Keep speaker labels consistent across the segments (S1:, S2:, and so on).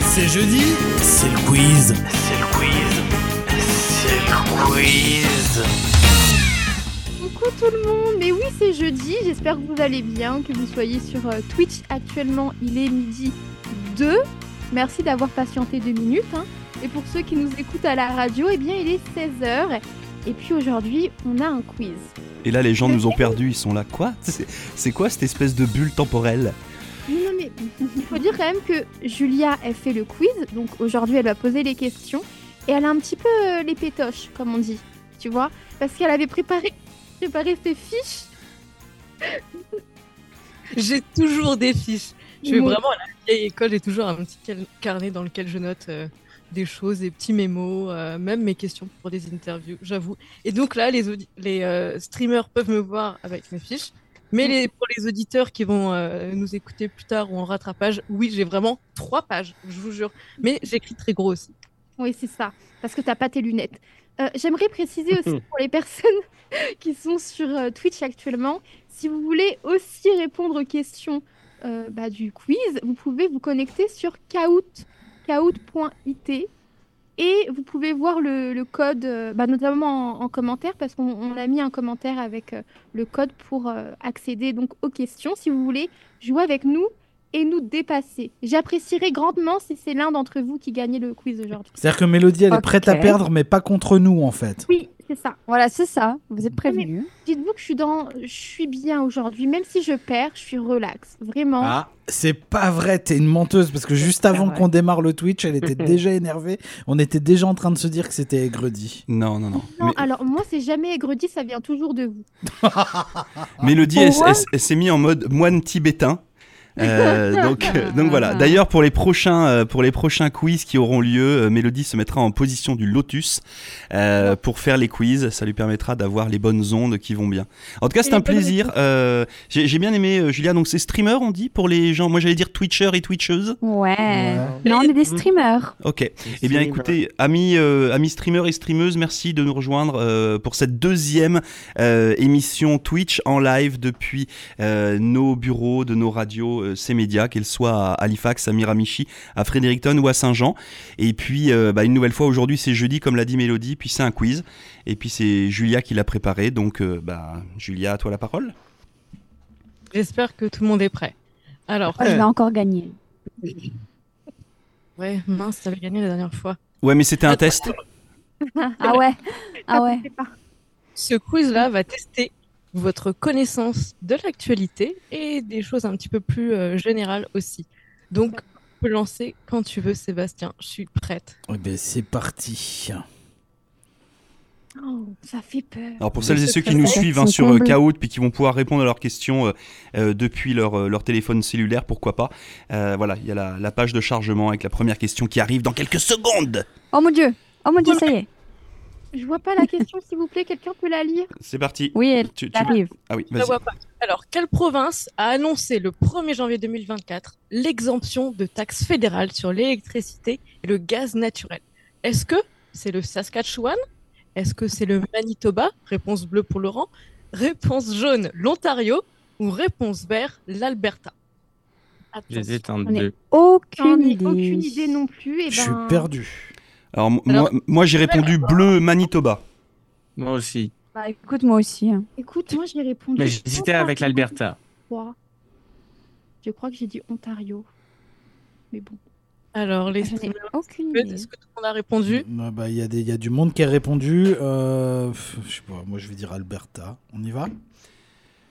S1: c'est jeudi, c'est le quiz.
S2: C'est le quiz. C'est le quiz.
S3: Coucou tout le monde, mais oui c'est jeudi, j'espère que vous allez bien, que vous soyez sur euh, Twitch actuellement, il est midi 2. Merci d'avoir patienté deux minutes. hein. Et pour ceux qui nous écoutent à la radio, eh bien il est 16h. Et puis aujourd'hui, on a un quiz.
S4: Et là, les gens nous ont perdus, ils sont là. Quoi C'est c'est quoi cette espèce de bulle temporelle
S3: Non mais il faut dire quand même que Julia, elle fait le quiz, donc aujourd'hui elle va poser les questions. Et elle a un petit peu euh, les pétoches, comme on dit, tu vois, parce qu'elle avait préparé, préparé ses fiches.
S5: J'ai toujours des fiches. Je vais
S3: Oui.
S5: vraiment à la vieille école, j'ai toujours un petit cal- carnet dans lequel je note euh, des choses, des petits mémos, euh, même mes questions pour des interviews, j'avoue. Et donc là, les, audi- les euh, streamers peuvent me voir avec mes fiches. Mais les, pour les auditeurs qui vont euh, nous écouter plus tard ou en rattrapage, oui, j'ai vraiment trois pages, je vous jure. Mais j'écris très gros aussi.
S3: Oui, c'est ça, parce que t'as pas tes lunettes. Euh, J'aimerais préciser aussi pour les personnes qui sont sur euh, Twitch actuellement, si vous voulez aussi répondre aux questions euh, bah, du quiz, vous pouvez vous connecter sur Kahoot, kahoot.it et vous pouvez voir le, le code, euh, bah, notamment en, en commentaire, parce qu'on on a mis un commentaire avec euh, le code pour euh, accéder donc aux questions si vous voulez jouer avec nous et nous dépasser. J'apprécierais grandement si c'est l'un d'entre vous qui gagnait le quiz aujourd'hui.
S1: C'est-à-dire que Mélodie, elle est
S6: Ok.
S1: prête à perdre, mais pas contre nous en fait.
S3: Oui, c'est ça.
S6: Voilà, c'est ça. Vous êtes
S3: Ah,
S6: prévenus.
S3: Dites-vous que je suis dans, je suis bien aujourd'hui, même si je perds, je suis relax, vraiment.
S1: Ah, c'est pas vrai, t'es une menteuse parce que juste avant
S6: vrai.
S1: qu'on démarre le Twitch, elle était déjà énervée. On était déjà en train de se dire que c'était aigredi.
S4: Non, non, non.
S3: non, ah,
S4: Mais-
S3: alors moi c'est jamais aigredi, ça vient toujours de vous.
S4: Mélodie, elle,
S6: Pourquoi
S4: elle- elle s'est mise en mode moine tibétain. Euh, donc, euh, donc voilà.
S5: Ah.
S4: D'ailleurs, pour les prochains, euh, pour les prochains quiz qui auront lieu, euh, Mélodie se mettra en position du lotus euh, pour faire les quiz. Ça lui permettra d'avoir les bonnes ondes qui vont bien. En tout cas, c'est
S3: les
S4: un
S3: bonnes
S4: plaisir. Euh, J'ai j'ai bien aimé euh, Julia. Donc, c'est streamer, on dit pour les gens. Moi, j'allais dire twitcher et twitcheuse.
S6: Ouais. Non, on est des streamers.
S4: Ok. Eh bien, écoutez, amis, euh, amis streamers et streameuses, merci de nous rejoindre euh, pour cette deuxième euh, émission Twitch en live depuis euh, nos bureaux, de nos radios, euh, ces médias, qu'elles soient à Halifax, à Miramichi, à Fredericton ou à Saint-Jean. Et puis, euh, bah, une nouvelle fois, aujourd'hui, c'est jeudi, comme l'a dit Mélodie, puis c'est un quiz. Et puis, c'est Julia qui l'a préparé. Donc, euh, bah, Julia, à toi la parole.
S5: J'espère que tout le monde est prêt. Alors,
S6: Oh, je vais encore gagner.
S5: ouais, mince, t'avais gagné la dernière fois.
S4: Ouais, mais c'était un test.
S6: Ah ouais. Ah ouais.
S3: C'est pas-
S5: Ce quiz-là va tester votre connaissance de l'actualité et des choses un petit peu plus euh, générales aussi. Donc, tu peux lancer quand tu veux, Sébastien. Je suis prête.
S1: Eh ben, c'est parti.
S3: Oh, ça fait peur.
S4: Alors pour
S5: Oui,
S4: celles et
S5: c'est
S4: ceux qui
S5: très
S4: nous
S6: vrai.
S4: suivent hein,
S6: Ils sont
S4: sur euh,
S6: comblés.
S4: Kahoot puis qui vont pouvoir répondre à leurs questions euh, euh, depuis leur, euh, leur téléphone cellulaire, pourquoi pas. Euh, voilà, il y a la, la page de chargement avec la première question qui arrive dans quelques secondes.
S6: Oh mon dieu. Oh mon dieu, ça y est.
S3: Je vois pas la question, s'il vous plaît, quelqu'un peut la lire
S4: C'est parti.
S6: Oui, elle
S4: Tu- tu-
S6: arrive.
S4: Ah oui,
S5: Je
S4: vas-y.
S5: la vois pas. Alors, quelle province a annoncé le 1er janvier 2024 l'exemption de taxes fédérales sur l'électricité et le gaz naturel Est-ce que c'est le Saskatchewan Est-ce que c'est le Manitoba Réponse bleue pour Laurent. Réponse jaune, l'Ontario. Ou réponse vert, l'Alberta Attention.
S7: J'hésite entre
S6: On est-
S7: deux.
S3: J'en
S6: Aucune
S3: ai
S6: idée.
S3: aucune idée non plus.
S6: Eh
S3: Et
S1: Je suis
S3: ben,
S1: perdu.
S4: Alors, m-
S5: Alors-
S4: moi, moi, j'ai répondu bleu Manitoba.
S7: Moi aussi.
S6: Bah écoute, moi aussi. hein.
S3: Écoute, moi j'ai répondu.
S7: Mais j'hésitais avec l'Alberta.
S3: Ontario. Je crois que j'ai dit Ontario. Mais bon.
S5: Alors, les
S6: J'en ai
S5: streamers,
S6: aucune idée.
S5: est-ce que tout le monde a répondu
S1: Ah bah, Il y, a des- il y a du monde qui a répondu. euh, pff, je sais pas, moi je vais dire Alberta. On y va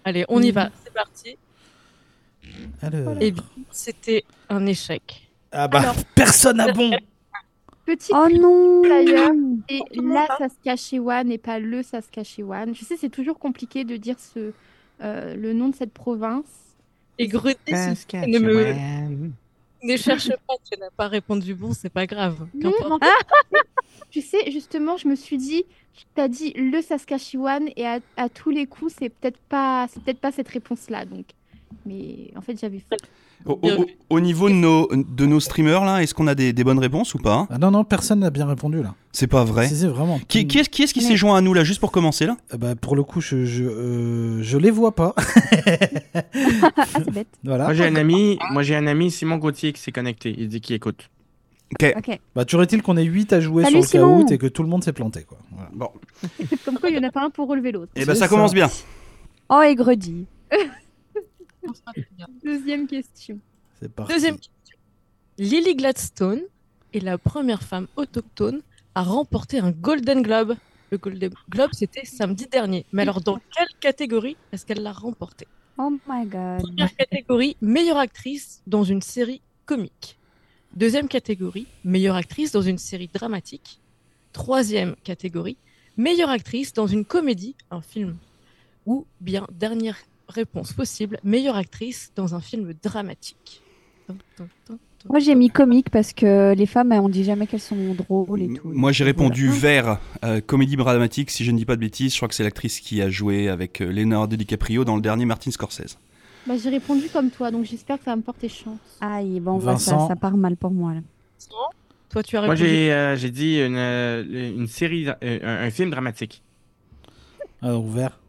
S5: Allez, on y
S6: Mm.
S5: va,
S3: Mhm.
S5: c'est parti.
S1: Alors.
S5: Eh bien, c'était un échec.
S1: Ah bah,
S5: alors-
S1: personne à bon
S3: Petit
S6: Oh
S3: D'ailleurs,
S6: non.
S3: Et
S5: Tout le monde
S3: la
S5: parle.
S3: Saskatchewan et pas le Saskatchewan. Je sais, c'est toujours compliqué de dire ce, euh, le nom de cette province.
S5: Et Grudy, si tu ne Ah, me ne cherche pas, tu n'as pas répondu bon, c'est pas grave.
S3: Non,
S5: Qu'importe.
S3: en fait, tu sais, justement, je me suis dit, tu t'as dit le Saskatchewan et à, à tous les coups, c'est peut-être pas, c'est peut-être pas cette réponse-là. Donc, mais en fait, j'avais faux.
S4: Au, au- au- au niveau de nos, de nos streamers, là, est-ce qu'on a des, des bonnes réponses ou pas hein
S1: Ah non, non, personne n'a bien répondu là.
S4: C'est pas vrai.
S1: Si, c'est vraiment.
S4: Qui, qui est-ce qui, est-ce qui s'est
S6: Mais-
S4: joint à nous, là, juste pour commencer, là
S1: Ah bah, Pour le coup, je, je, euh, je les vois pas.
S6: Ah, c'est bête.
S1: voilà.
S7: Moi j'ai un ami, moi j'ai un ami Simon Gauthier qui s'est connecté. Il dit qu'il écoute.
S6: Ok.
S1: Bah, toujours est-il qu'on ait 8 à jouer
S6: Salut,
S1: sur le
S6: Simon.
S1: caout et que tout le monde s'est planté. Quoi. Voilà.
S4: Bon.
S3: Comme quoi, il n'y en a pas un pour relever l'autre.
S4: Et ben
S1: C'est
S4: ça commence
S1: ça.
S4: bien.
S6: Oh, et Gredi.
S3: Deuxième question.
S1: C'est parti.
S5: Deuxième question. Lily Gladstone est la première femme autochtone à remporter un Golden Globe. Le Golden Globe, c'était samedi dernier. Mais alors, dans quelle catégorie est-ce qu'elle l'a remporté
S6: Oh my god.
S5: Première catégorie, meilleure actrice dans une série comique. Deuxième catégorie, meilleure actrice dans une série dramatique. Troisième catégorie, meilleure actrice dans une comédie, un film. Ou bien, dernière réponse possible, meilleure actrice dans un film dramatique. Tum, tum, tum, tum.
S6: Moi, j'ai mis comique parce que les femmes, on dit jamais qu'elles sont drôles et tout.
S4: Moi j'ai
S6: Voilà.
S4: répondu vers euh, comédie dramatique, si je ne dis pas de bêtises, je crois que c'est l'actrice qui a joué avec euh, Leonardo DiCaprio dans le dernier Martin Scorsese.
S3: Bah, j'ai répondu comme toi, donc j'espère que ça va me porter chance.
S6: Aïe, bon, bah,
S1: Vincent.
S6: ça, ça part mal pour moi. Là.
S5: Toi, tu as
S7: Moi,
S5: répondu.
S7: j'ai euh, j'ai dit une, euh, une série, euh, un, un film dramatique.
S1: Alors, Ah, ouvert.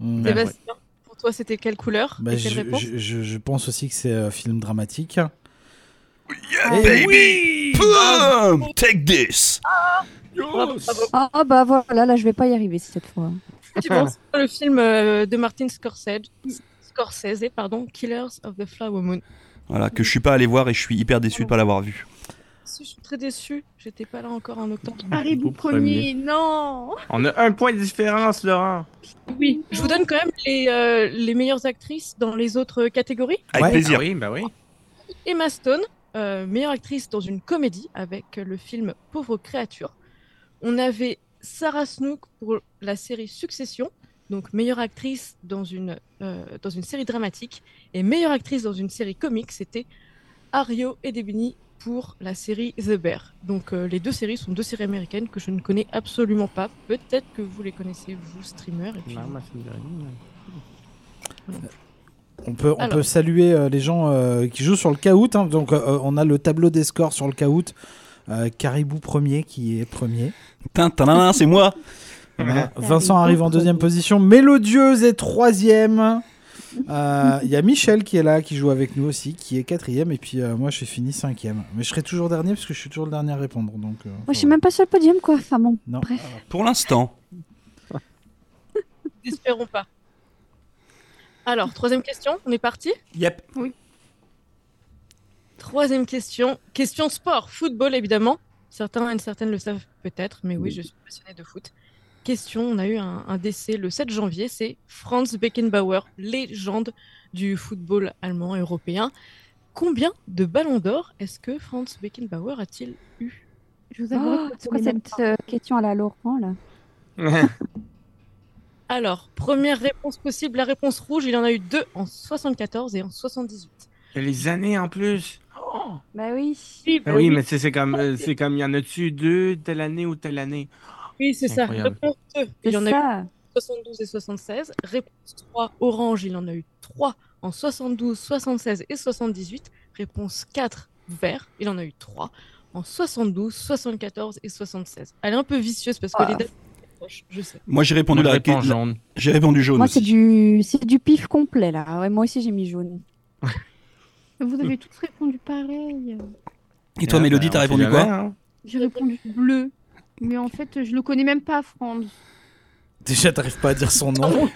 S1: Hmm.
S7: Ben,
S5: Sébastien, pour toi, c'était quelle couleur
S1: Bah,
S5: et quelle
S1: je,
S5: réponse
S1: je- je- je pense aussi que c'est un film dramatique.
S7: Eh
S6: Ah,
S1: Et-
S4: Baby Boom Take this
S5: Bravo, bravo.
S6: Ah ah, bah voilà, là, je vais pas y arriver cette fois.
S5: Tu penses à le film euh, de Martin Scorsese, Scorsese pardon, Killers of the Flower Moon.
S4: Voilà, que je suis pas allé voir et je suis hyper déçu de pas l'avoir vu.
S5: Si, je suis très déçue, j'étais pas là encore en octobre.
S7: Ah,
S3: Arrive
S7: Au
S3: premier, non
S7: On a un point de différence, Laurent.
S4: Ah
S5: Oui. Je vous donne quand même les, euh, les meilleures actrices dans les autres catégories.
S4: Avec
S1: Ouais.
S4: plaisir.
S7: Ah oui, bah oui.
S5: Emma Stone, euh, meilleure actrice dans une comédie avec euh, le film Pauvre créature. On avait Sarah Snook pour la série Succession, donc meilleure actrice dans une, euh, dans une série dramatique. Et meilleure actrice dans une série comique, c'était Ario Edebini pour la série The Bear. Donc euh, les deux séries sont deux séries américaines que je ne connais absolument pas. Peut-être que vous les connaissez, vous, streamers. Et puis,
S7: Non, ma fille, rien.
S1: On peut, on
S5: Alors.
S1: peut saluer euh, les gens euh, qui jouent sur le caout. hein. Donc, euh, on a le tableau des scores sur le caout. Euh, Caribou premier qui est premier.
S4: Tin, tin, tin, tin, c'est moi
S1: On a Vincent arrive en deuxième position. Mélodieuse est troisième. Euh, Il y a Michel qui est là, qui joue avec nous aussi, qui est quatrième. Et puis euh, moi, je suis fini cinquième. Mais je serai toujours dernier parce que je suis toujours le dernier à répondre. Donc, euh,
S6: Moi, je suis
S1: voilà.
S6: même pas sur le podium, quoi. Enfin bon,
S1: Non.
S6: bref.
S4: Pour l'instant.
S5: N'espérons pas. Alors, troisième question, on est parti
S4: Yep.
S5: Troisième question. Question sport, football évidemment. Certains et certaines le savent peut-être, mais oui, je suis passionnée de foot. Question, on a eu un, un décès le 7 janvier, c'est Franz Beckenbauer, légende du football allemand et européen. Combien de ballons d'or est-ce que Franz Beckenbauer a-t-il eu
S3: Je vous avoue
S6: Oh,
S3: que
S6: c'est quoi
S3: je connais même
S6: cette euh, question à la Laurent, là
S5: Alors, première réponse possible, la réponse rouge, il en a eu deux en 74 et en 78.
S7: Les années en plus. Oh.
S6: Bah oui.
S7: Ah oui, mais c'est c'est comme, euh, c'est comme, y en a-tu deux, telle année ou telle année?
S5: Oui, c'est ça.
S7: Incroyable.
S5: Réponse 2,
S6: C'est
S5: il en a eu
S6: ça.
S5: 72 et 76. Réponse 3, Orange, il en a eu 3 en 72, 76 et 78. Réponse 4, Vert, il en a eu 3 en 72, 74 et 76. Elle est un peu vicieuse parce que
S6: Ah.
S5: les dates sont proches, je sais.
S4: Moi j'ai répondu,
S7: Bonne
S4: la...
S7: réponse
S4: la-
S7: jaune.
S4: j'ai répondu
S1: Oh,
S4: jaune
S6: Moi,
S4: aussi.
S6: c'est du... c'est du pif complet, là. Ouais, moi aussi, j'ai mis jaune.
S3: pas. Vous avez tous répondu pareil.
S4: Et toi
S7: Ah,
S4: Mélodie,
S7: bah,
S4: t'as
S7: on
S4: répondu
S7: sait
S4: quoi
S7: jamais, hein.
S3: J'ai répondu bleu. Mais en fait, je le connais même pas, Franz.
S1: Déjà, t'arrives pas à dire son nom.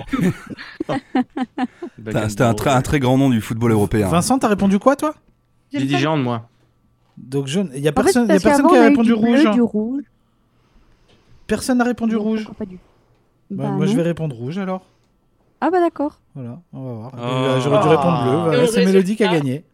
S4: T'as- C'était un, tra- un très grand nom du football européen.
S1: Vincent, t'as répondu quoi, toi
S3: J'aime
S7: J'ai dit
S3: pas-
S7: jaune, moi.
S1: Donc, jaune. Il y a
S6: En fait,
S1: personne, y a
S6: parce
S1: personne
S6: qu'avant,
S1: qui a
S6: on eu
S1: répondu
S6: du
S1: rouge. hein.
S6: bleu, du rouge.
S1: Personne n'a répondu
S6: Non,
S1: rouge.
S6: pourquoi pas du-
S1: Bah,
S6: Bah,
S1: moi, je
S6: non.
S1: vais répondre rouge alors.
S6: Ah bah d'accord.
S1: Voilà, on va voir.
S4: Ah.
S1: Euh, J'aurais dû répondre bleu. Voilà,
S5: Le
S1: c'est Mélodie qui a
S5: résultat.
S1: gagné.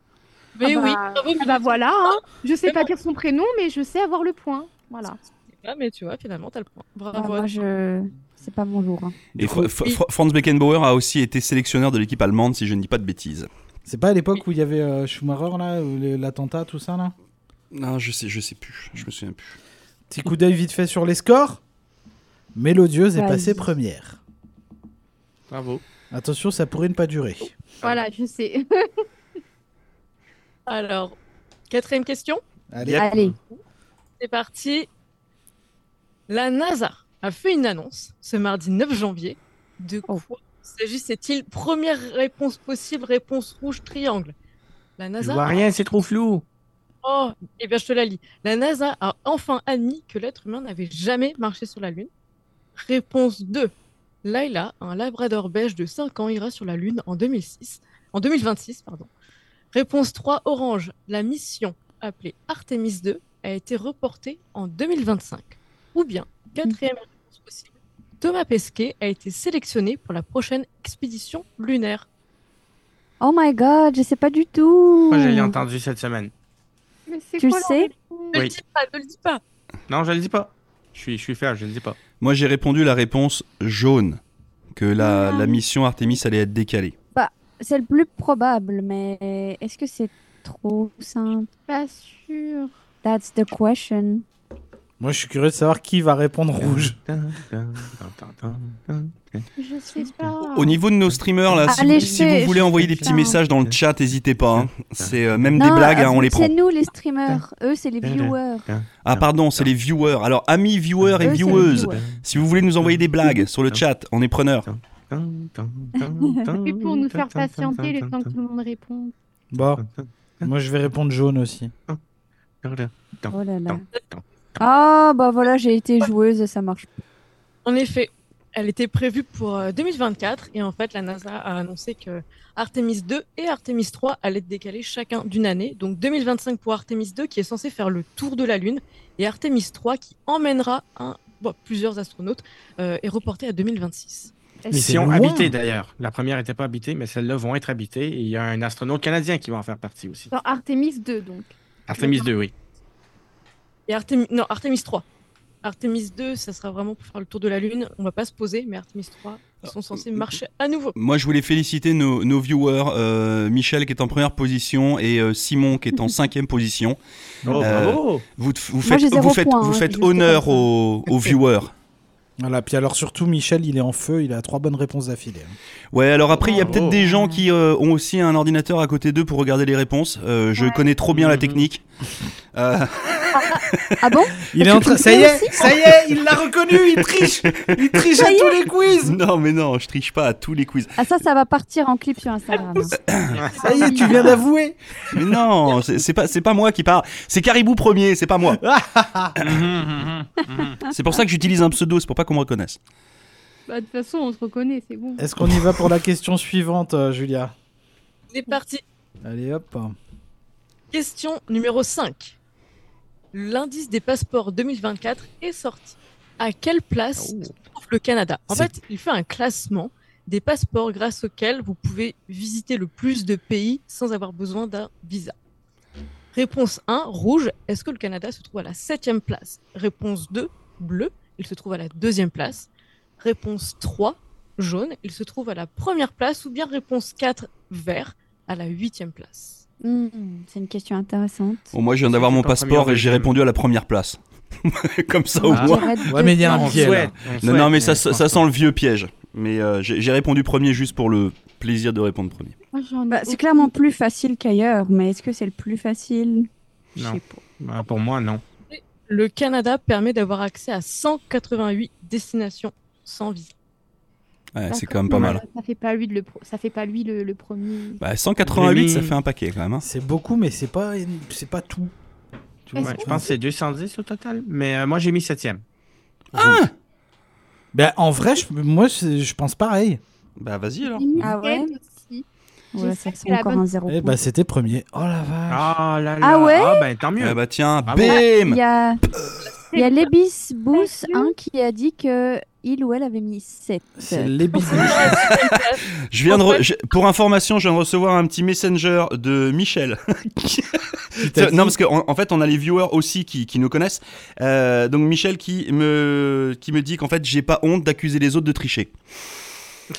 S5: Mais
S3: Ah
S5: oui,
S3: bah-
S5: bravo,
S3: Ah bah voilà, hein. je sais pas dire son prénom, mais je sais avoir le point. Voilà.
S5: Mélissa, mais tu vois, finalement, t'as le point.
S6: Ah,
S5: Bravo.
S6: moi, je... C'est pas mon jour. hein.
S4: Et Fra- Fra- Fra- Franz Beckenbauer a aussi été sélectionneur de l'équipe allemande, si je ne dis pas de bêtises.
S1: C'est pas à l'époque où il y avait euh, Schumacher, là, où les- l'attentat, tout ça, là
S4: Non, je sais, je sais plus, je me souviens plus.
S1: Petit coup d'œil vite fait sur les scores. Mélodieuse est
S6: Vas-y.
S1: passée première.
S7: Bravo.
S1: Attention, ça pourrait ne pas durer.
S3: Voilà, je sais.
S5: Alors, quatrième question.
S1: Allez.
S4: Yep.
S6: Allez.
S5: C'est parti. La NASA a fait une annonce ce mardi 9 janvier. De quoi s'agissait-il Première réponse possible, réponse rouge, triangle. La
S7: Je
S5: NASA
S7: vois rien, c'est trop flou.
S5: Oh, eh bien, je te la lis. La NASA a enfin admis que l'être humain n'avait jamais marché sur la Lune. Réponse 2. Laila, un labrador beige de 5 ans, ira sur la Lune en 2006. En 2026, pardon. Réponse 3. Orange. La mission appelée Artemis 2 a été reportée en 2025. Ou bien, quatrième réponse possible. Thomas Pesquet a été sélectionné pour la prochaine expédition lunaire.
S6: Oh my god, je sais pas du tout.
S7: Moi, je l'ai entendu cette semaine.
S3: Mais c'est
S6: Tu le
S3: quoi leur
S6: sais
S3: réponse
S5: Ne
S7: Oui.
S5: le dis pas, ne le dis pas.
S7: Non, je le dis pas. Je suis, je suis fier, je le dis pas.
S4: Moi, j'ai répondu la réponse jaune, que la,
S6: Ah.
S4: la mission Artemis allait être décalée.
S6: C'est le plus probable, mais est-ce que c'est trop simple
S3: Pas sûr.
S6: That's the question.
S1: Moi, je suis curieux de savoir qui va répondre rouge.
S3: Je sais pas.
S4: Au niveau de nos streamers,
S1: Ah,
S4: là, si,
S6: Ah. Allez,
S4: vous-
S6: je
S4: si
S6: fais-
S4: vous voulez
S6: je-
S4: envoyer des petits
S6: putain.
S4: messages dans le chat, n'hésitez pas. hein. C'est euh, même des
S6: Non, ah,
S4: blagues, hein, on les prend.
S6: C'est nous les streamers, eux c'est les viewers.
S4: Ah pardon, c'est les viewers. Alors amis viewers et
S6: Eux, c'est les
S4: vieweuses,
S6: viewers.
S4: si vous voulez nous envoyer des blagues sur le chat, on est preneur.
S3: Et pour nous faire patienter le temps que tout le monde réponde.
S1: Bon, moi, je vais répondre jaune aussi.
S6: Oh là là. Ah bah voilà, j'ai été joueuse, ça marche.
S5: En effet, elle était prévue pour euh, 2024 et en fait la NASA a annoncé que Artemis 2 et Artemis 3 allaient être décalés chacun d'une année. Donc 2025 pour Artemis 2 qui est censé faire le tour de la Lune et Artemis 3 qui emmènera un, bon, plusieurs astronautes euh, est reporté à 2026.
S1: Mais
S7: Mission
S1: c'est loin.
S7: habitée d'ailleurs. La première n'était pas habitée, mais celles-là vont être habitées. Et il y a un astronaute canadien qui va en faire partie aussi.
S3: Dans Artemis 2, donc.
S7: Artemis 2, oui.
S5: Et Artemis, non, Artemis 3. Artemis 2, ça sera vraiment pour faire le tour de la Lune. On va pas se poser, mais Artemis 3, ils sont censés marcher à nouveau.
S4: Moi je voulais féliciter nos, nos viewers, euh, Michel qui est en première position et euh, Simon qui est en cinquième position.
S7: Oh,
S4: Euh,
S7: bravo!
S4: Vous, vous faites,
S6: j'ai zéro
S4: vous faites,
S6: point,
S4: vous
S6: hein,
S4: faites
S6: juste
S4: honneur
S6: comme ça.
S4: aux, aux viewers.
S1: Voilà, puis alors surtout, Michel, il est en feu, il a trois bonnes réponses d'affilée. hein.
S4: Ouais, alors après il y a
S7: Bravo.
S4: peut-être des gens qui euh, ont aussi un ordinateur à côté d'eux pour regarder les réponses. Euh, je connais trop bien la
S7: Mhm.
S4: technique. Euh,
S6: Ah bon
S1: Il
S6: Tu
S1: est en train.
S6: triches
S1: Ça y est,
S6: aussi
S1: ça y est, il l'a reconnu, il triche, il triche à
S6: Ça y est.
S1: tous les quiz.
S4: non mais non, je triche pas à tous les quiz.
S6: Ah ça, ça va partir en clip sur Instagram.
S3: Ah,
S1: Ça y est, tu viens d'avouer.
S4: Mais non, c'est c'est pas, c'est pas moi qui parle. C'est Caribou premier, c'est pas moi. C'est pour ça que j'utilise un pseudo, c'est pour pas qu'on me reconnaisse.
S3: Bah, de toute façon, on se reconnaît, c'est bon.
S1: Est-ce qu'on y va pour la question suivante, euh, Julia
S5: C'est parti.
S1: Allez hop.
S5: Question numéro 5. L'indice des passeports 2024 est sorti. À quelle place se trouve le Canada En
S1: C'est-
S5: fait, il fait un classement des passeports grâce auxquels vous pouvez visiter le plus de pays sans avoir besoin d'un visa. Réponse 1, rouge. Est-ce que le Canada se trouve à la septième place Réponse 2, bleu. Il se trouve à la deuxième place. Réponse 3, jaune. Il se trouve à la première place. Ou bien réponse 4, vert, à la huitième place.
S6: Hmm, c'est une question intéressante.
S4: Bon, moi, je viens d'avoir
S7: C'est
S4: mon
S7: pas première
S4: passeport et j'ai
S7: deuxième.
S4: répondu à la première place. Comme ça, au
S7: Ah.
S4: moins.
S6: Direct
S1: Ouais, mais il y a un
S6: dedans.
S7: On
S1: biais.
S7: souhaite, on
S4: Non, non, mais ça,
S7: souhaite, je
S4: ça,
S7: pense
S4: ça
S7: pas.
S4: sent le vieux piège. Mais euh, j'ai j'ai répondu premier juste pour le plaisir de répondre premier.
S3: Moi, j'en ai
S6: Bah, c'est
S3: aucune
S6: clairement plus facile qu'ailleurs, mais est-ce que c'est le plus facile Je
S7: Non.
S6: sais pas.
S7: Ah, Pour moi, non.
S5: Le Canada permet d'avoir accès à 188 destinations sans visa.
S4: Ouais,
S3: idée.
S4: c'est quand même pas mal.
S3: D'accord, Ça fait pas lui, le, pro- ça fait pas lui le, le premier.
S4: Bah, 188, ça
S7: Mais-
S4: fait un paquet quand même. hein.
S1: C'est beaucoup, mais c'est pas, c'est pas tout. Tu
S3: Est-ce
S1: vois.
S7: Ouais, je pense que c'est 210 au total, mais euh, moi j'ai mis 7
S1: Ben, en vrai, je- moi, c'est- je pense pareil.
S4: Bah, vas-y alors.
S3: Nickel
S6: Ah ouais
S3: aussi. Je
S6: Ouais,
S3: sais
S6: ça
S3: que
S6: c'est
S3: c'est la
S6: encore
S3: bonne-
S6: un zéro.
S1: Eh
S6: point.
S1: ben, c'était premier. Oh la vache.
S7: Ah là là.
S6: Ah ouais
S7: ben tant mieux.
S4: Ah, bah, tiens,
S7: Bravo.
S6: Il
S4: bim
S6: y a, il y a Lebis Bous hein, qui a dit que il ou elle avait mis 7.
S1: C'est les bisous.
S4: je viens de
S5: En
S4: re- je- Pour information, je viens de recevoir un petit messenger de Michel.
S1: t'a dit-
S4: non, parce qu'en en fait, on a les viewers aussi qui, qui nous connaissent. Euh, donc, Michel qui me, qui me dit qu'en fait, j'ai pas honte d'accuser les autres de tricher.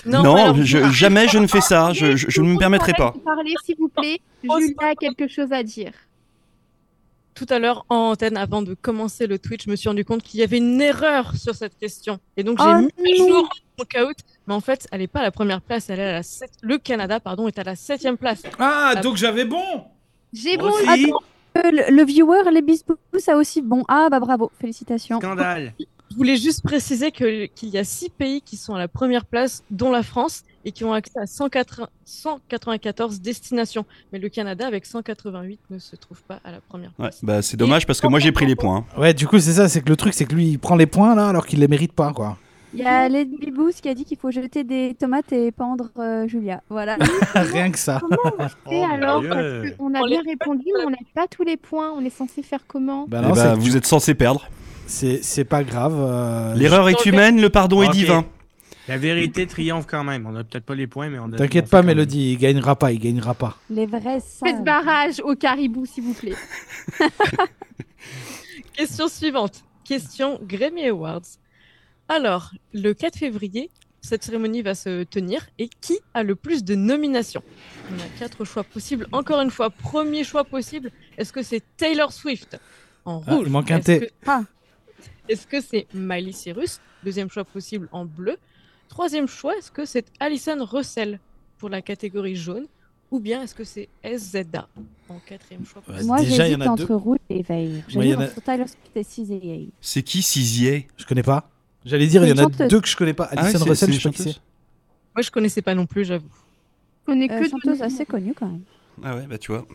S4: Non,
S5: alors, ah,
S4: je- jamais je ne fais ça, Ah, je, je- je ne me permettrai pas.
S3: Parlez, s'il vous plaît.
S5: Oh, c'est
S3: Julia a quelque chose à dire.
S5: Tout à l'heure, en antenne, avant de commencer le Twitch, je me suis rendu compte qu'il y avait une erreur sur cette question. Et donc, j'ai
S6: Oh
S5: mis à
S6: non.
S5: jour mon out. Mais en fait, elle n'est pas à la première place. Elle est à la sept- Le Canada, pardon, est à la septième place.
S1: Ah, donc j'avais bon.
S3: J'ai
S7: Moi
S3: bon.
S7: aussi.
S3: attends,
S6: Euh, Le, le viewer Lebis Bous a aussi bon. Ah bah bravo, félicitations.
S7: Scandale.
S5: Je voulais juste préciser que- qu'il y a six pays qui sont à la première place, dont la France, et qui ont accès à 180 194 destinations. Mais le Canada, avec 188, ne se trouve pas à la première
S4: Ouais,
S5: place.
S4: bah, c'est dommage parce que moi j'ai pris les points.
S1: Ouais, du coup, c'est ça, c'est que le truc, c'est que lui, il prend les points là, alors qu'il les mérite pas, quoi.
S6: Il y
S5: Mmh.
S6: a Lady Bibous qui a dit qu'il faut jeter des tomates et pendre euh, Julia. Voilà.
S5: Mmh.
S1: Rien que
S6: Ah
S1: ça.
S3: Comment on fait
S4: bah
S7: Oh,
S3: alors
S7: mon
S3: Parce
S7: Dieu.
S3: qu'on a
S5: On
S3: bien
S5: les-
S3: répondu, mais on n'a pas tous les points. On est censé faire comment
S1: Bah
S4: Eh
S1: non,
S4: bah,
S1: c'est que
S4: vous
S1: tu-
S4: êtes censé perdre.
S1: c'est c'est pas grave. euh,
S4: L'erreur est
S5: Ok.
S4: humaine, le pardon est
S7: Ok.
S4: divin.
S7: La vérité triomphe quand même. On a peut-être pas les points, mais on a. on
S1: T'inquiète
S7: fait
S1: pas,
S7: quand même.
S1: Mélodie, il gagnera pas, il gagnera pas.
S6: Les vrais sages.
S3: Faites barrage au caribou, s'il vous plaît.
S5: Question suivante. Question Grammy Awards. Alors, le 4 février, cette cérémonie va se tenir et qui a le plus de nominations On a quatre choix possibles. Encore une fois, premier choix possible, est-ce que c'est Taylor Swift en
S1: Ah,
S5: rouge
S1: il manque un
S5: Est-ce
S1: T.
S5: que-
S6: Ah.
S5: Est-ce que c'est Miley Cyrus Deuxième choix possible en bleu. Troisième choix, est-ce que c'est Alison Russell pour la catégorie jaune Ou bien est-ce que c'est SZA en quatrième choix possible
S6: Moi,
S1: Bah, Déjà, il y en
S6: j'hésite
S1: a
S6: entre
S1: deux.
S6: rouge et veille.
S1: Moi, il y
S6: J'hésite
S1: en a-
S6: entre Tyler Swift et Cizé.
S4: C'est qui Sizier
S1: Je connais pas. J'allais dire, il y en
S6: Une
S1: a
S6: chanteuse.
S1: deux que je connais pas.
S4: Ah ouais,
S1: Alison
S4: c'est-
S1: Russell,
S4: c'est
S1: je sais
S4: une
S1: pas qui c'est.
S5: Moi, je connaissais pas non plus, j'avoue.
S3: On est
S6: Euh,
S3: que
S6: chanteuse
S3: deux.
S6: assez connue quand même.
S4: Ah ouais, bah tu vois.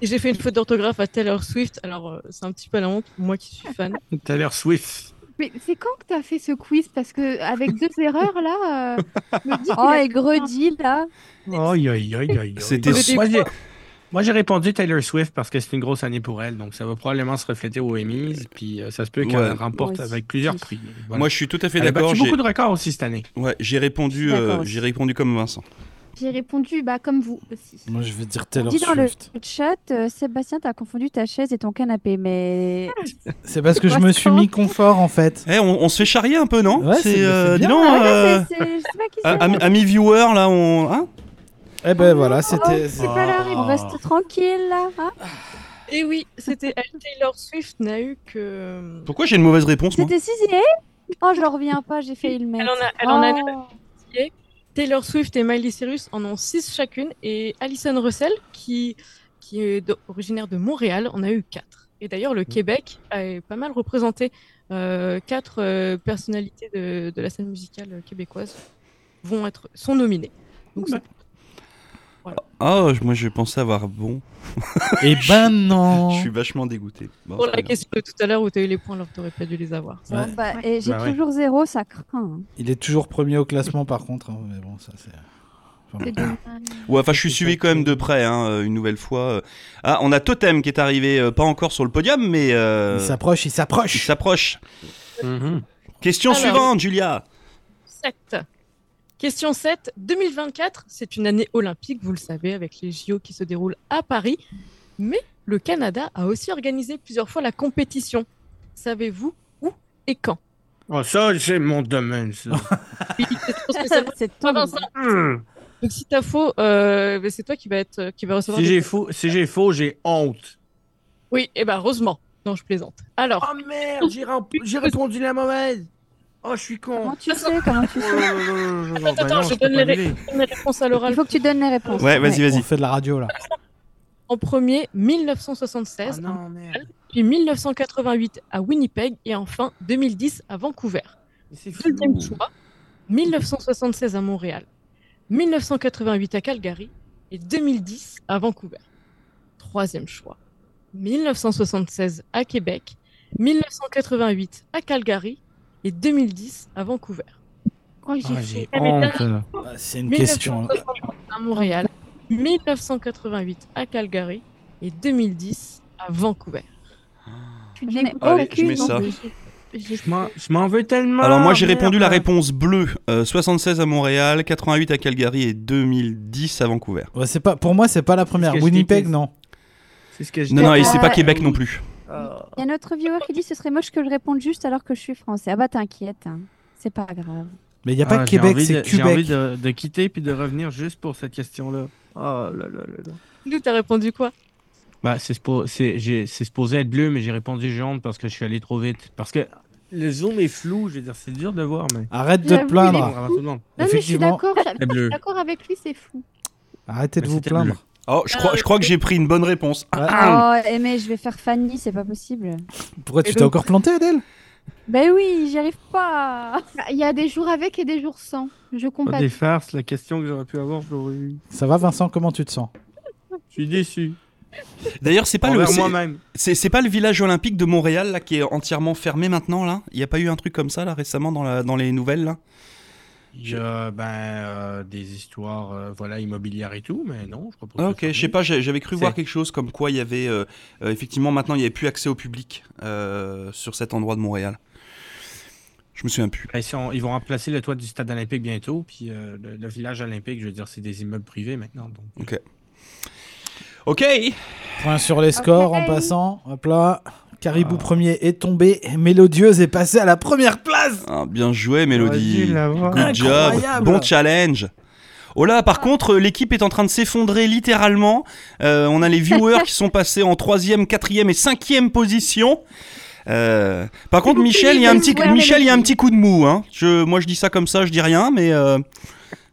S5: Et J'ai fait une faute d'orthographe à Taylor Swift, alors euh, c'est un petit peu la honte, moi qui suis fan.
S7: Taylor Swift.
S3: Mais c'est quand que t'as fait ce quiz Parce que avec deux erreurs là, euh, je me dis
S6: Oh,
S3: qu'il a-
S6: et Grody, là.
S7: Aïe, aïe, aïe, aïe, aïe.
S4: C'était-
S7: Moi, j'ai- Moi, j'ai répondu Taylor Swift parce que c'est une grosse année pour elle, donc ça va probablement se refléter aux Emmys, puis euh, ça se peut qu'elle
S4: Ouais.
S7: remporte
S6: Moi aussi.
S7: avec plusieurs prix. Voilà.
S4: Moi je suis tout à fait
S7: elle a
S4: d'accord.
S7: battu
S4: J'ai
S7: beaucoup de records aussi cette année.
S4: ouais, j'ai répondu,
S6: Je suis d'accord
S4: euh,
S6: aussi.
S4: j'ai répondu comme Vincent.
S3: j'ai répondu bah, comme vous aussi.
S1: Moi, je vais dire Taylor
S6: Dis dans le
S1: Swift.
S6: chat, euh, Sébastien, t'as confondu ta chaise et ton canapé, mais
S1: C'est parce que
S6: C'est
S1: je
S6: quoi
S1: me
S6: ce
S1: suis
S6: temps
S1: mis confort, en fait.
S4: Eh, on, on se fait charrier un peu, non
S1: Ouais, c'est- c'est
S4: dis
S1: bien.
S4: donc,
S6: Ah ouais,
S4: euh,
S6: c'est- c'est- je sais pas qui
S4: a-
S1: Ah,
S6: c'est.
S4: ami- amis viewers, là, on. hein
S1: Eh
S6: Ah
S1: ben voilà, c'était.
S3: C'est pas la
S6: On
S1: Ah.
S3: réponse.
S6: reste tranquille là. hein
S5: Et Eh oui, c'était elle. Taylor Swift n'a eu que. euh,
S4: Pourquoi j'ai une mauvaise réponse, moi
S6: C'était Cizé Oh, je reviens pas, j'ai failli le
S5: Elle
S6: mettre.
S5: en a, elle en a neuf.
S6: Oh.
S5: Taylor Swift et Miley Cyrus en ont 6 chacune, et Alison Russell, qui, qui est d'o- originaire de Montréal, en a eu 4. Et d'ailleurs, le Québec est pas mal représenté. 4 personnalités de, de la scène musicale québécoise vont être, sont nominées. Donc,
S7: Ouais.
S4: Ah, je- moi je pensais avoir bon.
S1: Et ben non.
S4: Je suis vachement dégoûté. Bon,
S1: Oh
S5: pour
S4: c'est
S5: la
S4: pas
S5: question de tout à l'heure où tu as eu les points, alors tu pas dû les avoir.
S6: Bon,
S1: Ouais.
S6: bah, et j'ai
S7: Bah ouais.
S6: toujours zéro, ça craint.
S1: Il est toujours premier au classement, par contre. hein, Mais bon, ça, c'est. Enfin,
S7: Ah.
S3: C'est
S1: bon.
S3: dommage.
S4: Ouais, enfin, je suis suivi quand même de près, hein, euh, une nouvelle fois. euh. Ah, on a Totem qui est arrivé, euh, pas encore sur le podium, mais euh,
S1: Il s'approche, il
S4: il
S1: s'approche.
S4: s'approche.
S7: Mhm.
S4: Question
S5: Alors.
S4: suivante, Julia.
S5: 7. Question 7. 2024, c'est une année olympique, vous le savez, avec les JO qui se déroulent à Paris. Mais le Canada a aussi organisé plusieurs fois la compétition. Savez-vous où et quand
S7: Oh, ça, c'est mon domaine, ça.
S5: Oui, je pense que ça va-
S6: C'est ton
S5: Vincent.
S4: Hmm.
S7: Mhm.
S5: Donc si t'as faux, euh, ben, c'est toi qui va être qui va recevoir.
S7: si
S5: des-
S7: j'ai faux, si j'ai faux, j'ai honte.
S5: Oui, et ben heureusement. Non, je plaisante. Alors,
S6: Ah.
S7: Oh merde, j'ai rem- j'ai répondu la mauvaise. Oh, je suis con. Oh,
S6: Comment tu sais Comment tu sais
S7: Attends,
S5: attends, attends, je donne les ré- une réponse à
S6: Il
S5: l'oral.
S6: faut que tu donnes les réponses.
S4: Ouais, vas-y,
S1: On
S4: vas-y.
S1: fait de la radio, là.
S5: En premier, 1976.
S7: Ah,
S6: Ah
S7: non, merde.
S5: puis 1988 à Winnipeg. Et enfin, 2010 à Vancouver.
S7: Mais C'est fou.
S5: Deuxième choix, 1976 à Montréal, 1988 à Calgary et 2010 à Vancouver. Troisième choix, 1976 à Québec, 1988 à Calgary et 2010 à Vancouver.
S3: Je crois que j'ai
S7: Ah,
S3: fait-
S7: j'ai
S5: Ah, mais
S7: honte.
S1: Ah, C'est une question.
S5: 1960 à Montréal, 1988 à Calgary et 2010 à Vancouver.
S3: tu Oh,
S6: Je
S3: dis-
S6: n'ai
S4: Allez, je
S6: aucune
S4: mets ça.
S6: idée.
S3: j'ai-
S7: Je m'en- je m'en veux tellement.
S4: Alors, moi j'ai
S7: merde.
S4: répondu la réponse bleue euh, 76 à Montréal, 88 à Calgary et 2010 à Vancouver.
S1: Ouais, c'est pas, pour moi, c'est pas la première.
S7: que je
S1: Winnipeg,
S7: déteste.
S1: non.
S7: C'est ce que je
S4: Non, non, et c'est pas
S6: Euh,
S4: Québec non plus.
S6: Il y a notre viewer qui dit ce serait moche que je réponde juste alors que je suis français. Ah bah t'inquiète, hein. c'est pas grave.
S1: Mais il n'y a pas
S7: Ah, j'ai
S1: Québec,
S7: envie
S1: c'est
S7: de- J'ai envie
S1: Québec.
S7: de, de quitter puis de revenir juste pour cette question-là. Oh là là là là.
S5: Nous, t'as répondu quoi
S7: Bah, c'est suppo- c'est- j'ai- c'est supposé être bleu, mais j'ai répondu jaune parce que je suis allé trop vite. Parce que le zoom est flou, je veux dire, c'est dur de voir, mais.
S1: Arrête de te
S3: J'avoue,
S7: Bon,
S1: plaindre.
S7: avant tout le monde.
S3: Non, mais je suis
S1: Effectivement.
S3: d'accord. j'avoue,
S7: C'est
S3: Je
S7: bleu.
S3: suis d'accord avec lui, c'est fou.
S1: Arrêtez de
S7: Mais
S1: vous
S7: c'était bleu.
S1: plaindre.
S4: Oh, je crois, je crois que j'ai pris une bonne réponse.
S1: Ouais.
S4: Ah.
S6: Oh, eh, mais je vais faire Fanny, c'est pas possible.
S1: Pourquoi tu
S5: Et
S1: t'es
S5: donc-
S1: encore planté, Adèle
S6: Ben oui, j'y arrive pas.
S3: Bah, Il y a des jours avec et des jours sans. Je
S7: Oh, des
S3: compatis.
S7: farces, la question que j'aurais pu avoir, je l'aurais eu.
S1: Ça va, Vincent Comment tu te sens
S7: Je suis déçu.
S4: D'ailleurs, c'est pas le
S7: Envers
S4: c'est-
S7: moi-même.
S4: c'est c'est pas le village olympique de Montréal là qui est entièrement fermé maintenant là. Il y a pas eu un truc comme ça là récemment dans la dans les nouvelles là.
S7: Je- ben, euh, des histoires euh, voilà, immobilières et tout, mais non, je crois pas.
S4: Ah,
S7: que
S4: ok,
S7: ça
S4: je sais pas, j'ai- j'avais cru voir
S7: C'est-
S4: quelque chose comme quoi il y avait euh, euh, effectivement maintenant il y avait plus accès au public euh, sur cet endroit de Montréal. Je me souviens plus.
S7: Ben, si on- ils vont remplacer le toit du stade olympique bientôt, puis euh, le, le village olympique, je veux dire, c'est des immeubles privés maintenant. donc.
S4: Ok.
S1: Point sur les scores en
S3: Ok.
S1: passant. Hop là. Caribou
S7: Ah.
S1: premier est tombé. Mélodieuse est passée à la première place.
S4: Ah, bien joué,
S7: J'aurais
S4: Mélodie.
S7: dû l'avoir.
S4: Good job.
S1: Incroyable.
S4: Bon challenge. Oh là, par contre, l'équipe est en train de s'effondrer littéralement. Euh, on a les viewers qui sont passés en troisième, quatrième et cinquième position. Euh, par contre, Michel, il y a un petit,
S3: Ouais,
S4: Michel, il y a un petit coup de mou. hein. Je, moi, je dis ça comme ça, je dis rien, mais euh,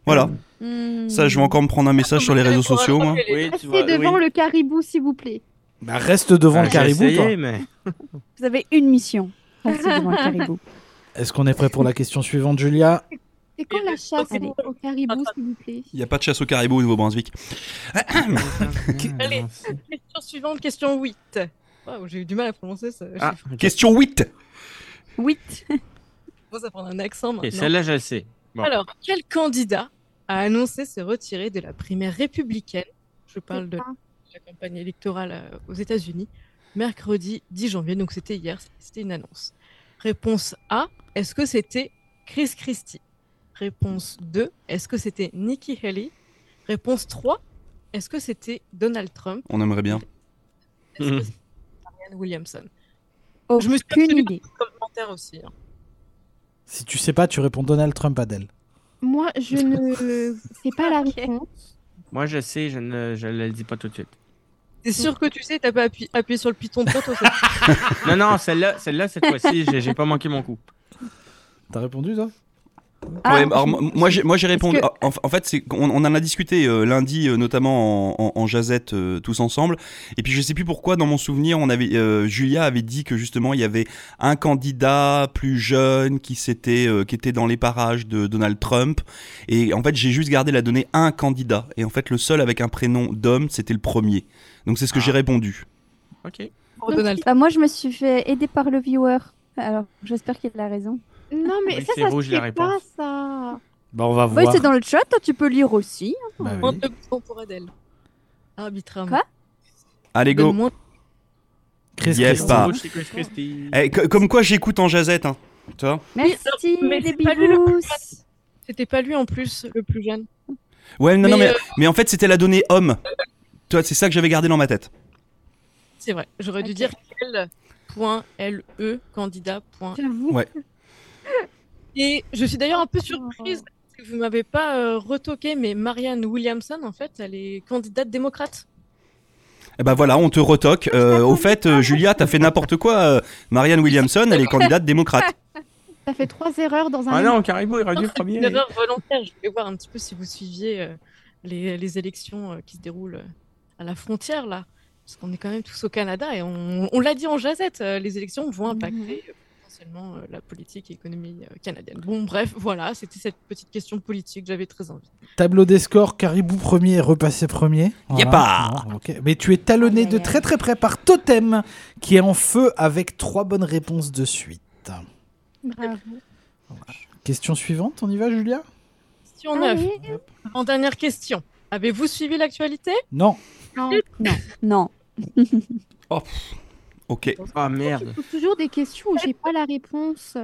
S4: voilà.
S6: Hmm.
S4: Ça, je vais encore me prendre un message sur les réseaux sociaux, moi.
S7: Oui,
S3: Restez devant le caribou, s'il vous plaît.
S1: Bah, reste devant
S7: Ah,
S1: le
S7: j'ai
S1: caribou,
S7: essayé,
S1: toi.
S7: mais-
S6: Vous avez une mission. Ah, Restez devant le caribou.
S1: Est-ce qu'on est prêt pour la question suivante, Julia
S3: C'est quand la chasse
S6: Allez.
S3: au, au caribou, s'il vous plaît
S4: Il n'y a pas de chasse au caribou au Nouveau-Brunswick.
S7: Ah,
S5: Allez. Question suivante, question 8. Waouh, j'ai eu du mal à prononcer ça.
S7: Ah,
S5: J'ai
S7: ok.
S4: Question 8.
S6: Oui.
S5: commencé à prendre un accent
S7: Ok,
S5: maintenant.
S7: celle-là, je la sais. Bon.
S5: Alors, quel candidat a annoncé se retirer de la primaire républicaine Je parle de
S3: Ah,
S5: la campagne électorale euh, aux États-Unis, mercredi 10 janvier, donc c'était hier, c'était une annonce. Réponse A, est-ce que c'était Chris Christie Réponse 2, est-ce que c'était Nikki Haley Réponse 3, est-ce que c'était Donald Trump
S4: On aimerait bien.
S5: Est-ce que
S7: Mhm.
S5: c'était Marianne Williamson Je me suis
S6: Oh, Aucune
S5: absolument-
S6: idée.
S5: Commentaire aussi. hein.
S1: Si tu sais pas, tu réponds Donald Trump Adèle.
S3: Moi, je ne. C'est pas la réponse.
S7: Moi, je sais, je ne je le dis pas tout de suite.
S5: T'es sûr que tu sais, t'as pas appu- appuyé sur le piton de pote
S7: Non, non, celle-là, celle-là cette fois-ci, j'ai- j'ai pas manqué mon coup.
S1: T'as répondu, toi
S6: Ah,
S4: Ouais, alors, m- moi, j'ai, moi, j'ai répondu. Ah,
S6: que-
S4: En, en fait, c'est, qu'on- on, en a discuté euh, lundi, euh, notamment en, en, en jazette, euh, tous ensemble. Et puis, je sais plus pourquoi, dans mon souvenir, on avait, euh, Julia avait dit que justement, il y avait un candidat plus jeune qui, s'était, euh, qui était dans les parages de Donald Trump. Et en fait, j'ai juste gardé la donnée un candidat. Et en fait, le seul avec un prénom d'homme, c'était le premier. Donc, c'est ce que
S7: Ah.
S4: j'ai répondu.
S7: Ok.
S5: pour Donald
S6: Bah, moi, je me suis fait aider par le viewer. Alors, j'espère qu'il a raison.
S3: Non, mais
S7: Oui,
S3: ça,
S7: c'est
S3: ça
S7: rouge,
S3: se
S7: la
S3: fait pas,
S7: réponse.
S3: ça.
S1: Bah, on va
S6: Ouais,
S1: voir.
S6: c'est dans le chat, hein, tu peux lire aussi.
S1: Bah oui.
S5: Moins de boutons pour Adèle. Arbitrairement.
S6: Quoi
S4: Allez,
S5: Donne
S4: go!
S5: moins-
S1: Chris
S4: Yes,
S1: Christie.
S4: pas.
S7: C'est Chris Christie.
S4: Eh, co- comme quoi, j'écoute en jazette. Hein. Tu vois
S6: Merci,
S5: mais
S6: les
S5: c'est pas lui le
S6: bibous.
S5: C'était pas lui en plus, le plus jeune.
S4: Ouais, non, non,
S5: Mais,
S4: mais, mais en fait, c'était la donnée homme. Toi, c'est ça que j'avais gardé dans ma tête.
S5: C'est vrai. J'aurais dû
S6: Ok.
S5: dire quel.le candidat. point.
S3: J'avoue.
S4: Ouais.
S5: Et je suis d'ailleurs un peu surprise que vous m'avez pas euh, retoqué, mais Marianne Williamson, en fait, elle est candidate démocrate.
S4: Eh ben voilà, on te retoque. Euh, au fait, euh, Julia, t'as fait n'importe quoi. euh, Marianne Williamson, elle est candidate démocrate.
S3: Ça fait trois erreurs dans un.
S7: Ah non, Caribou, il aurait dû le premier.
S5: Une erreur volontaire. Je voulais voir un petit peu si vous suiviez euh, les, les élections euh, qui se déroulent euh, à la frontière, là. Parce qu'on est quand même tous au Canada et on, on l'a dit en jazette, euh, les élections vont impacter euh, potentiellement euh, la politique et économie euh, canadienne. Bon, bref, voilà, c'était cette petite question politique, j'avais très envie.
S1: Tableau des scores, Caribou premier, repassé premier.
S4: Yepa.
S1: Bon, ok. Mais tu es talonné de très très près par Totem, qui est en feu avec trois bonnes réponses de suite.
S3: Bravo.
S1: Question suivante, on y va, Julia
S5: Question 9.
S3: Allez.
S5: En dernière question, avez-vous suivi l'actualité
S1: Non.
S3: Non.
S6: Non.
S4: Ok.
S7: Ah merde.
S3: Faut toujours des questions où j'ai pas la réponse.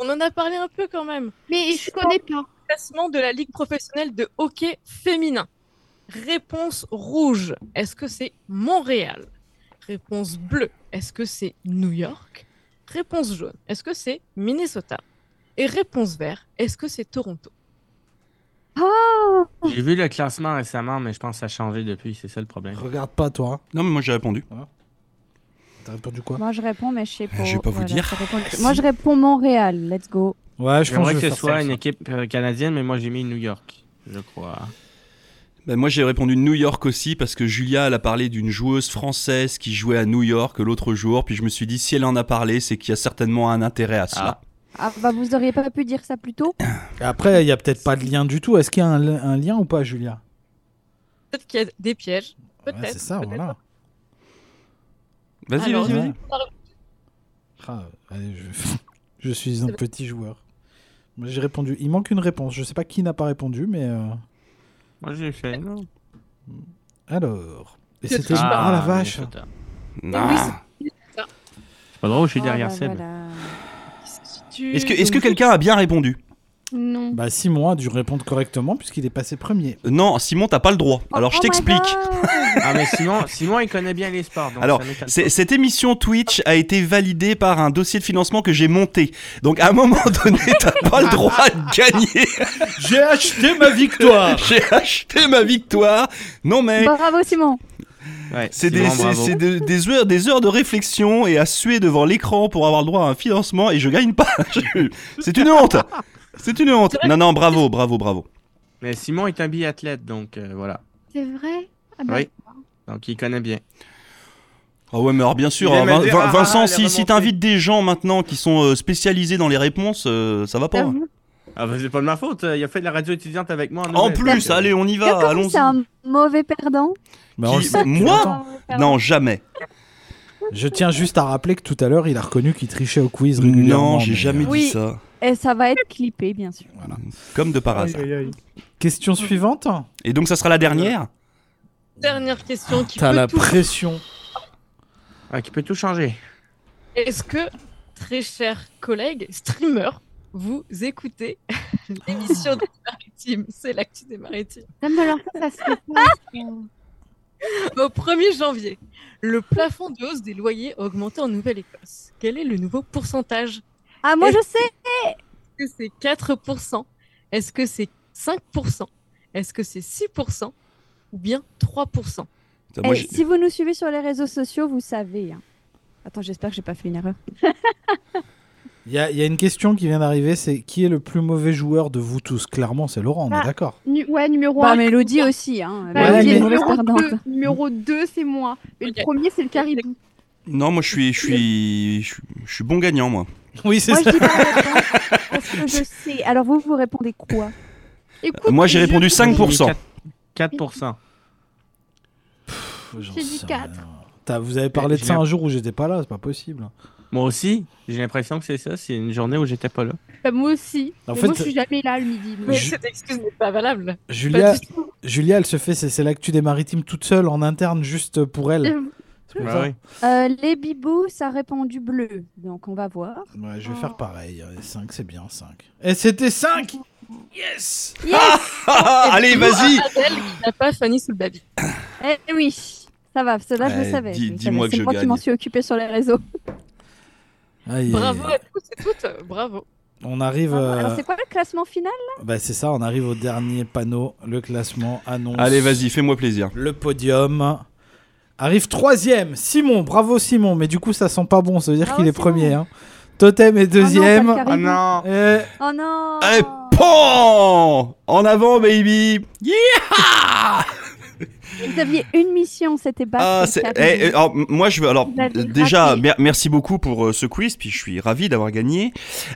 S5: On en a parlé un peu quand même.
S3: Mais je connais pas.
S5: Classement de la Ligue professionnelle de hockey féminin. Réponse rouge, est-ce que c'est Montréal Réponse bleue, est-ce que c'est New York Réponse jaune, est-ce que c'est Minnesota Et réponse vert, est-ce que c'est Toronto
S7: J'ai vu le classement récemment, mais je pense que ça a changé depuis, c'est ça le problème.
S1: Regarde pas, toi. hein.
S4: Non, mais moi j'ai répondu.
S1: T'as répondu quoi
S6: Moi, je réponds, mais je sais pas.
S4: Ah, je vais pas vous dire. Ah,
S6: ça répond- Moi, je réponds Montréal. Let's go.
S1: Ouais, je pense
S7: J'aimerais
S1: que
S7: que
S1: je vais
S7: ce
S1: faire ça
S7: soit une
S1: aussi.
S7: équipe euh, canadienne, mais moi j'ai mis New York, je crois.
S4: Ben, moi j'ai répondu New York aussi parce que Julia elle a parlé d'une joueuse française qui jouait à New York l'autre jour, puis je me suis dit si elle en a parlé c'est qu'il y a certainement un intérêt à cela.
S6: Ah bah vous auriez pas pu dire ça plus tôt
S1: Après, il n'y a peut-être pas de lien du tout. Est-ce qu'il y a un, li- un lien ou pas, Julia
S5: Peut-être qu'il y a des pièges.
S1: Ouais,
S5: Peut-être.
S1: C'est ça,
S5: peut-être
S1: voilà.
S5: pas.
S4: Vas-y,
S5: Alors,
S4: vas-y, vas-y.
S1: Ouais. Ah, allez, je... je suis un petit joueur. Moi, J'ai répondu. Il manque une réponse. Je sais pas qui n'a pas répondu, mais euh,
S7: Moi j'ai fait. non
S1: alors. Et
S5: Peut-être
S1: c'était.
S5: pas.
S1: Ah, la
S7: mais
S1: vache.
S7: c'est pas-
S4: Ah.
S7: C'est pas drôle, je suis
S6: Ah,
S7: derrière
S6: bah
S7: Seb.
S6: voilà.
S5: si tu-
S4: Est-ce que, est-ce que quelqu'un a bien répondu
S3: Non.
S1: Bah Simon a dû répondre correctement puisqu'il est passé premier.
S4: Euh, Non, Simon, t'as pas le droit. Alors je
S6: Oh my
S4: t'explique.
S6: God
S7: Ah, mais Simon, Simon, il connaît bien les sports. Donc
S4: Alors,
S7: ça m'étonne
S4: C'est- Cette émission Twitch a été validée par un dossier de financement que j'ai monté. Donc à un moment donné, t'as pas le droit de gagner.
S1: J'ai acheté ma victoire.
S4: J'ai acheté ma victoire. Non mais
S6: Bravo Simon
S7: pas. Ouais,
S4: c'est des,
S7: Simon,
S4: c'est-
S7: bravo.
S4: c'est de- des heures, des heures de réflexion et à suer devant l'écran pour avoir le droit à un financement et je gagne pas. Je- C'est une honte. C'est une honte. Non non, bravo, bravo, bravo.
S7: Mais Simon est un biathlète, donc euh, voilà.
S3: C'est vrai Ah
S7: Oui. Donc il connaît bien.
S4: Ah ouais, mais alors bien sûr,
S7: Il
S4: hein,
S7: aime à
S4: Vin-
S7: dire,
S4: Vin-
S7: ah, ah,
S4: Vincent,
S7: elle a
S4: si, si
S7: remonté.
S4: t'invites des gens maintenant qui sont euh, spécialisés dans les réponses, euh, ça va pas. hein.
S3: j'avoue.
S7: Ah bah c'est pas de ma faute, euh, il a fait de la radio étudiante avec moi.
S4: En
S7: Nouvelle.
S4: plus, allez, on y
S6: Tiens,
S4: va,
S6: Comme
S4: allons-y.
S6: c'est un mauvais perdant
S1: Bah,
S4: Qui-
S3: oh,
S4: Moi Non, jamais.
S1: Je tiens juste à rappeler que tout à l'heure, il a reconnu qu'il trichait au quiz régulièrement.
S4: Non, j'ai
S1: mais,
S4: jamais
S1: euh,
S6: Oui.
S4: dit ça.
S6: Et ça va être clippé bien sûr
S4: Comme de par hasard.
S1: Question suivante.
S4: Et donc, ça sera la dernière
S5: Dernière question qui
S1: T'as
S5: peut
S1: la
S5: tout.
S1: pression.
S7: Ah, qui peut tout changer.
S5: Est-ce que, très chers collègues, streamers, vous écoutez l'émission des maritimes C'est l'actu des maritimes.
S3: Non, mais alors ça, ça se fait pas.
S5: Au 1er janvier, le plafond de hausse des loyers a augmenté en Nouvelle-Écosse. Quel est le nouveau pourcentage
S6: Ah moi
S4: Eh,
S5: Et-
S6: je sais
S5: Est-ce que c'est 4% Est-ce que c'est 5% Est-ce que c'est 6% Ou bien 3%
S4: Putain, bah, moi,
S6: Eh,
S4: j'ai-
S6: Si vous nous suivez sur les réseaux sociaux vous savez hein. Attends j'espère que j'ai pas fait une erreur
S1: Il y, a il y a une question qui vient d'arriver c'est qui est le plus mauvais joueur de vous tous Clairement, c'est Laurent, on est
S3: Ah.
S1: d'accord.
S3: Nu- ouais, numéro
S6: Bah
S3: 1.
S6: Mélodie aussi hein.
S1: Ouais,
S6: Mélodie
S1: mais-
S6: est une mauvaise
S3: numéro
S6: perdante
S3: 2, c'est moi. Et
S5: Ok.
S3: le premier, c'est le caribou.
S4: Non, moi, je suis, je, suis, je, suis, je suis bon gagnant, moi.
S1: Oui, c'est
S6: Moi
S1: ça.
S6: je dis pas la réponse, parce que je sais Alors vous vous répondez quoi
S3: Écoute,
S4: Moi, j'ai
S3: je-
S4: répondu 5%.
S7: 4%.
S1: J'en
S3: J'ai dit
S1: sais
S3: quatre.
S1: rien. T'as- Vous avez parlé de
S7: J'ai
S1: ça
S7: l'air-
S1: un jour où j'étais pas là, c'est pas possible.
S7: Moi aussi, j'ai l'impression que c'est ça, c'est une journée où j'étais pas là.
S3: Bah, moi aussi.
S1: En
S3: Mais
S1: fait,
S3: moi, je suis jamais là le midi. donc.
S5: Mais
S1: Je-
S5: cette excuse n'est pas valable.
S1: Julia,
S5: Pas du tout.
S1: Julia, elle se fait, c'est c'est l'actu des maritimes toute seule en interne, juste pour elle.
S3: Euh,
S1: C'est
S4: Bah
S1: pour
S7: Bah
S1: ça.
S6: Euh, Les bibous ça répond du bleu Donc on va voir
S1: Ouais, je vais faire pareil. 5, c'est bien, 5. Et c'était 5 Yes
S4: Ah, allez, vas-y
S5: Adèle qui n'a pas Fanny sous le baby.
S6: Eh oui ça va, cela je
S4: Eh,
S6: le savais.
S4: dis-
S6: je le
S4: dis-moi
S6: savais.
S4: que
S6: C'est
S4: je
S6: moi qui
S4: gagne.
S6: m'en suis occupée sur les réseaux.
S1: Aïe,
S5: Bravo
S1: aïe, aïe.
S5: à tous et toutes, euh, bravo.
S1: On arrive.
S6: Ah, Alors
S1: euh,
S6: c'est quoi le classement final
S1: bah, c'est ça, on arrive au dernier panneau. Le classement annonce.
S4: Allez, vas-y, fais-moi plaisir.
S1: Le podium. Arrive troisième, Simon. Bravo, Simon. Mais du coup, ça sent pas bon. Ça veut dire
S6: Bravo,
S1: qu'il est
S6: Simon.
S1: premier. hein. Totem est
S6: Oh non,
S1: deuxième.
S4: Ah,
S6: pas le caribou.
S7: non
S1: Et
S6: Oh non
S4: Allez, PON Eh, En avant, baby Yeah
S6: Vous aviez une mission, c'était battre.
S4: Ah,
S6: le
S4: c'est.
S6: Caribou.
S4: eh, eh, alors, m- moi, je veux. Alors,
S6: Vous l'avez
S4: euh, déjà,
S6: raté.
S4: mer- merci beaucoup pour euh, ce quiz, puis je suis ravi d'avoir gagné.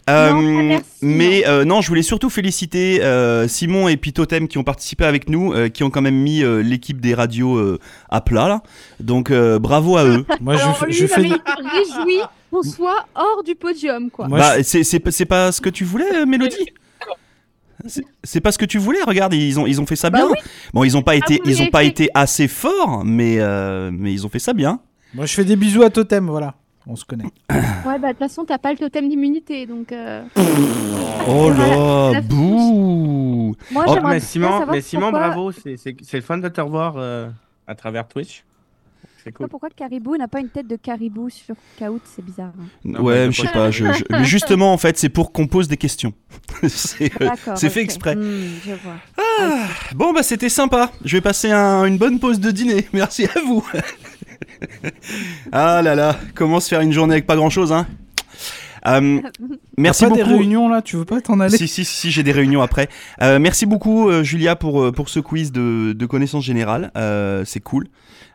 S4: Euh,
S6: ah,
S3: Non, pas merci,
S4: mais euh, non, je voulais surtout féliciter euh, Simon et puis Totem qui ont participé avec nous, euh, qui ont quand même mis euh, l'équipe des radios euh, à plat, là. Donc, euh, bravo à eux.
S1: moi, je,
S3: Alors,
S1: fais-
S3: lui,
S1: je
S3: il
S1: fais.
S3: avait réjoui qu'on soit hors du podium, quoi.
S1: Moi,
S4: bah, c'est- c'est pas- c'est pas ce que tu voulais, euh, Mélodie C'est- c'est pas ce que tu voulais, regarde, ils ont, ils ont fait ça
S3: Bah
S4: bien. Bon, ils ont pas été,
S3: vous
S4: ils ont
S3: l'avez
S4: pas
S3: fait.
S4: été assez forts, mais, euh, mais ils ont fait ça bien.
S1: Moi, je fais des bisous à Totem, voilà. On se connaît.
S3: Ouais, bah de toute façon, t'as pas le totem d'immunité, donc. euh,
S4: Oh
S3: Voilà,
S4: là,
S3: la
S4: bouh
S6: Moi,
S4: Oh,
S6: j'aimerais
S7: mais
S6: bien
S7: Simon,
S6: savoir
S7: mais Simon
S6: pourquoi-
S7: bravo, c'est c'est- c'est le fun de te revoir euh, à travers Twitch. C'est cool.
S6: Pourquoi Caribou n'a pas une tête de caribou sur Kahoot C'est bizarre. hein.
S7: Non,
S4: Ouais,
S7: mais
S4: je
S7: je
S4: sais
S7: sais
S4: pas. Je, je- Mais justement, en fait, c'est pour qu'on pose des questions. c'est euh,
S6: D'accord.
S4: c'est fait
S6: ok.
S4: exprès.
S6: Hmm, je vois.
S4: Bon, bah, c'était sympa. Je vais passer un- une bonne pause de dîner. Merci à vous. ah là là, comment se faire une journée avec pas grand chose, hein Euh, merci
S1: T'as pas
S4: beaucoup.
S1: des réunions là, tu veux pas t'en aller
S4: Si, si, si, j'ai des réunions après. Euh, merci beaucoup, euh, Julia, pour, euh, pour ce quiz de, de connaissances générales. Euh, c'est cool.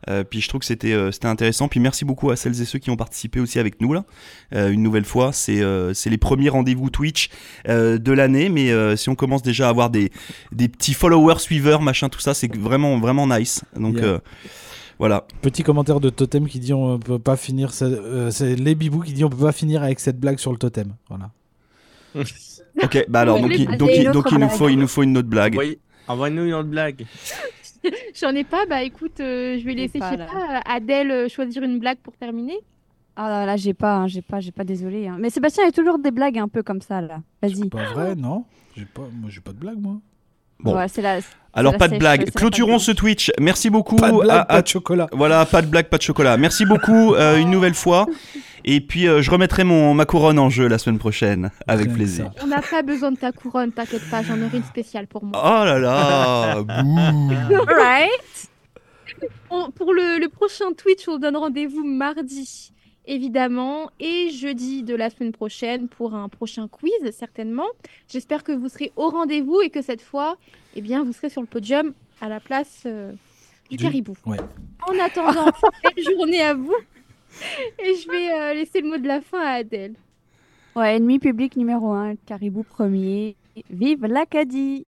S4: Euh, puis je trouve que c'était euh, c'était intéressant. Puis merci beaucoup à celles et ceux qui ont participé aussi avec nous, là. Euh, une nouvelle fois, c'est euh, c'est les premiers rendez-vous Twitch euh, de l'année. Mais euh, si on commence déjà à avoir des, des petits followers, suiveurs, machin, tout ça, c'est vraiment, vraiment nice. Donc
S1: Yeah.
S4: euh, voilà.
S1: Petit commentaire de Totem qui dit on peut pas finir. ce- euh, C'est les bibous qui dit on peut pas finir avec cette blague sur le Totem. Voilà.
S4: Ok, bah alors, donc, il,
S3: Allez,
S4: donc, il-
S6: une autre
S4: donc il, nous
S6: blague.
S4: faut, il nous faut une autre blague.
S7: Envoyez- Envoie-nous une autre blague.
S3: J'en ai pas, bah écoute, euh, je vais
S6: J'ai
S3: laisser, je
S6: pas,
S3: sais
S6: là.
S3: pas, Adèle euh, choisir une blague pour terminer.
S6: Ah là là, j'ai pas, hein, j'ai pas, j'ai pas, désolé. hein. Mais Sébastien a toujours des blagues un peu comme ça là. Vas-y.
S1: Pas vrai, non J'ai pas, moi j'ai pas de blague moi.
S4: Bon.
S6: Ouais, c'est la-
S4: Alors,
S6: c'est la
S4: pas de
S6: sèche,
S4: blague.
S6: c'est la
S4: Clôturons
S6: pâte.
S4: ce Twitch. Merci beaucoup
S1: Pas de blague,
S4: à- à
S1: pas de chocolat.
S4: Voilà, pas de blague, pas de chocolat. Merci beaucoup euh, une nouvelle fois. Et puis euh, je remettrai mon, ma couronne en jeu la semaine prochaine, avec
S1: Rien que
S4: plaisir.
S3: On n'a pas besoin de ta couronne, t'inquiète pas, j'en aurai une spéciale pour moi.
S4: Oh là là bouh.
S6: Right.
S3: On- pour le, le prochain Twitch, on donne rendez-vous mardi, évidemment, et jeudi de la semaine prochaine pour un prochain quiz, certainement. J'espère que vous serez au rendez-vous et que cette fois, eh bien, vous serez sur le podium à la place euh, du,
S1: Du-
S3: caribou.
S1: ouais.
S3: En attendant, belle journée à vous. Et je vais euh, laisser le mot de la fin à Adèle.
S6: Ouais, ennemi public numéro un, caribou premier. Vive l'Acadie.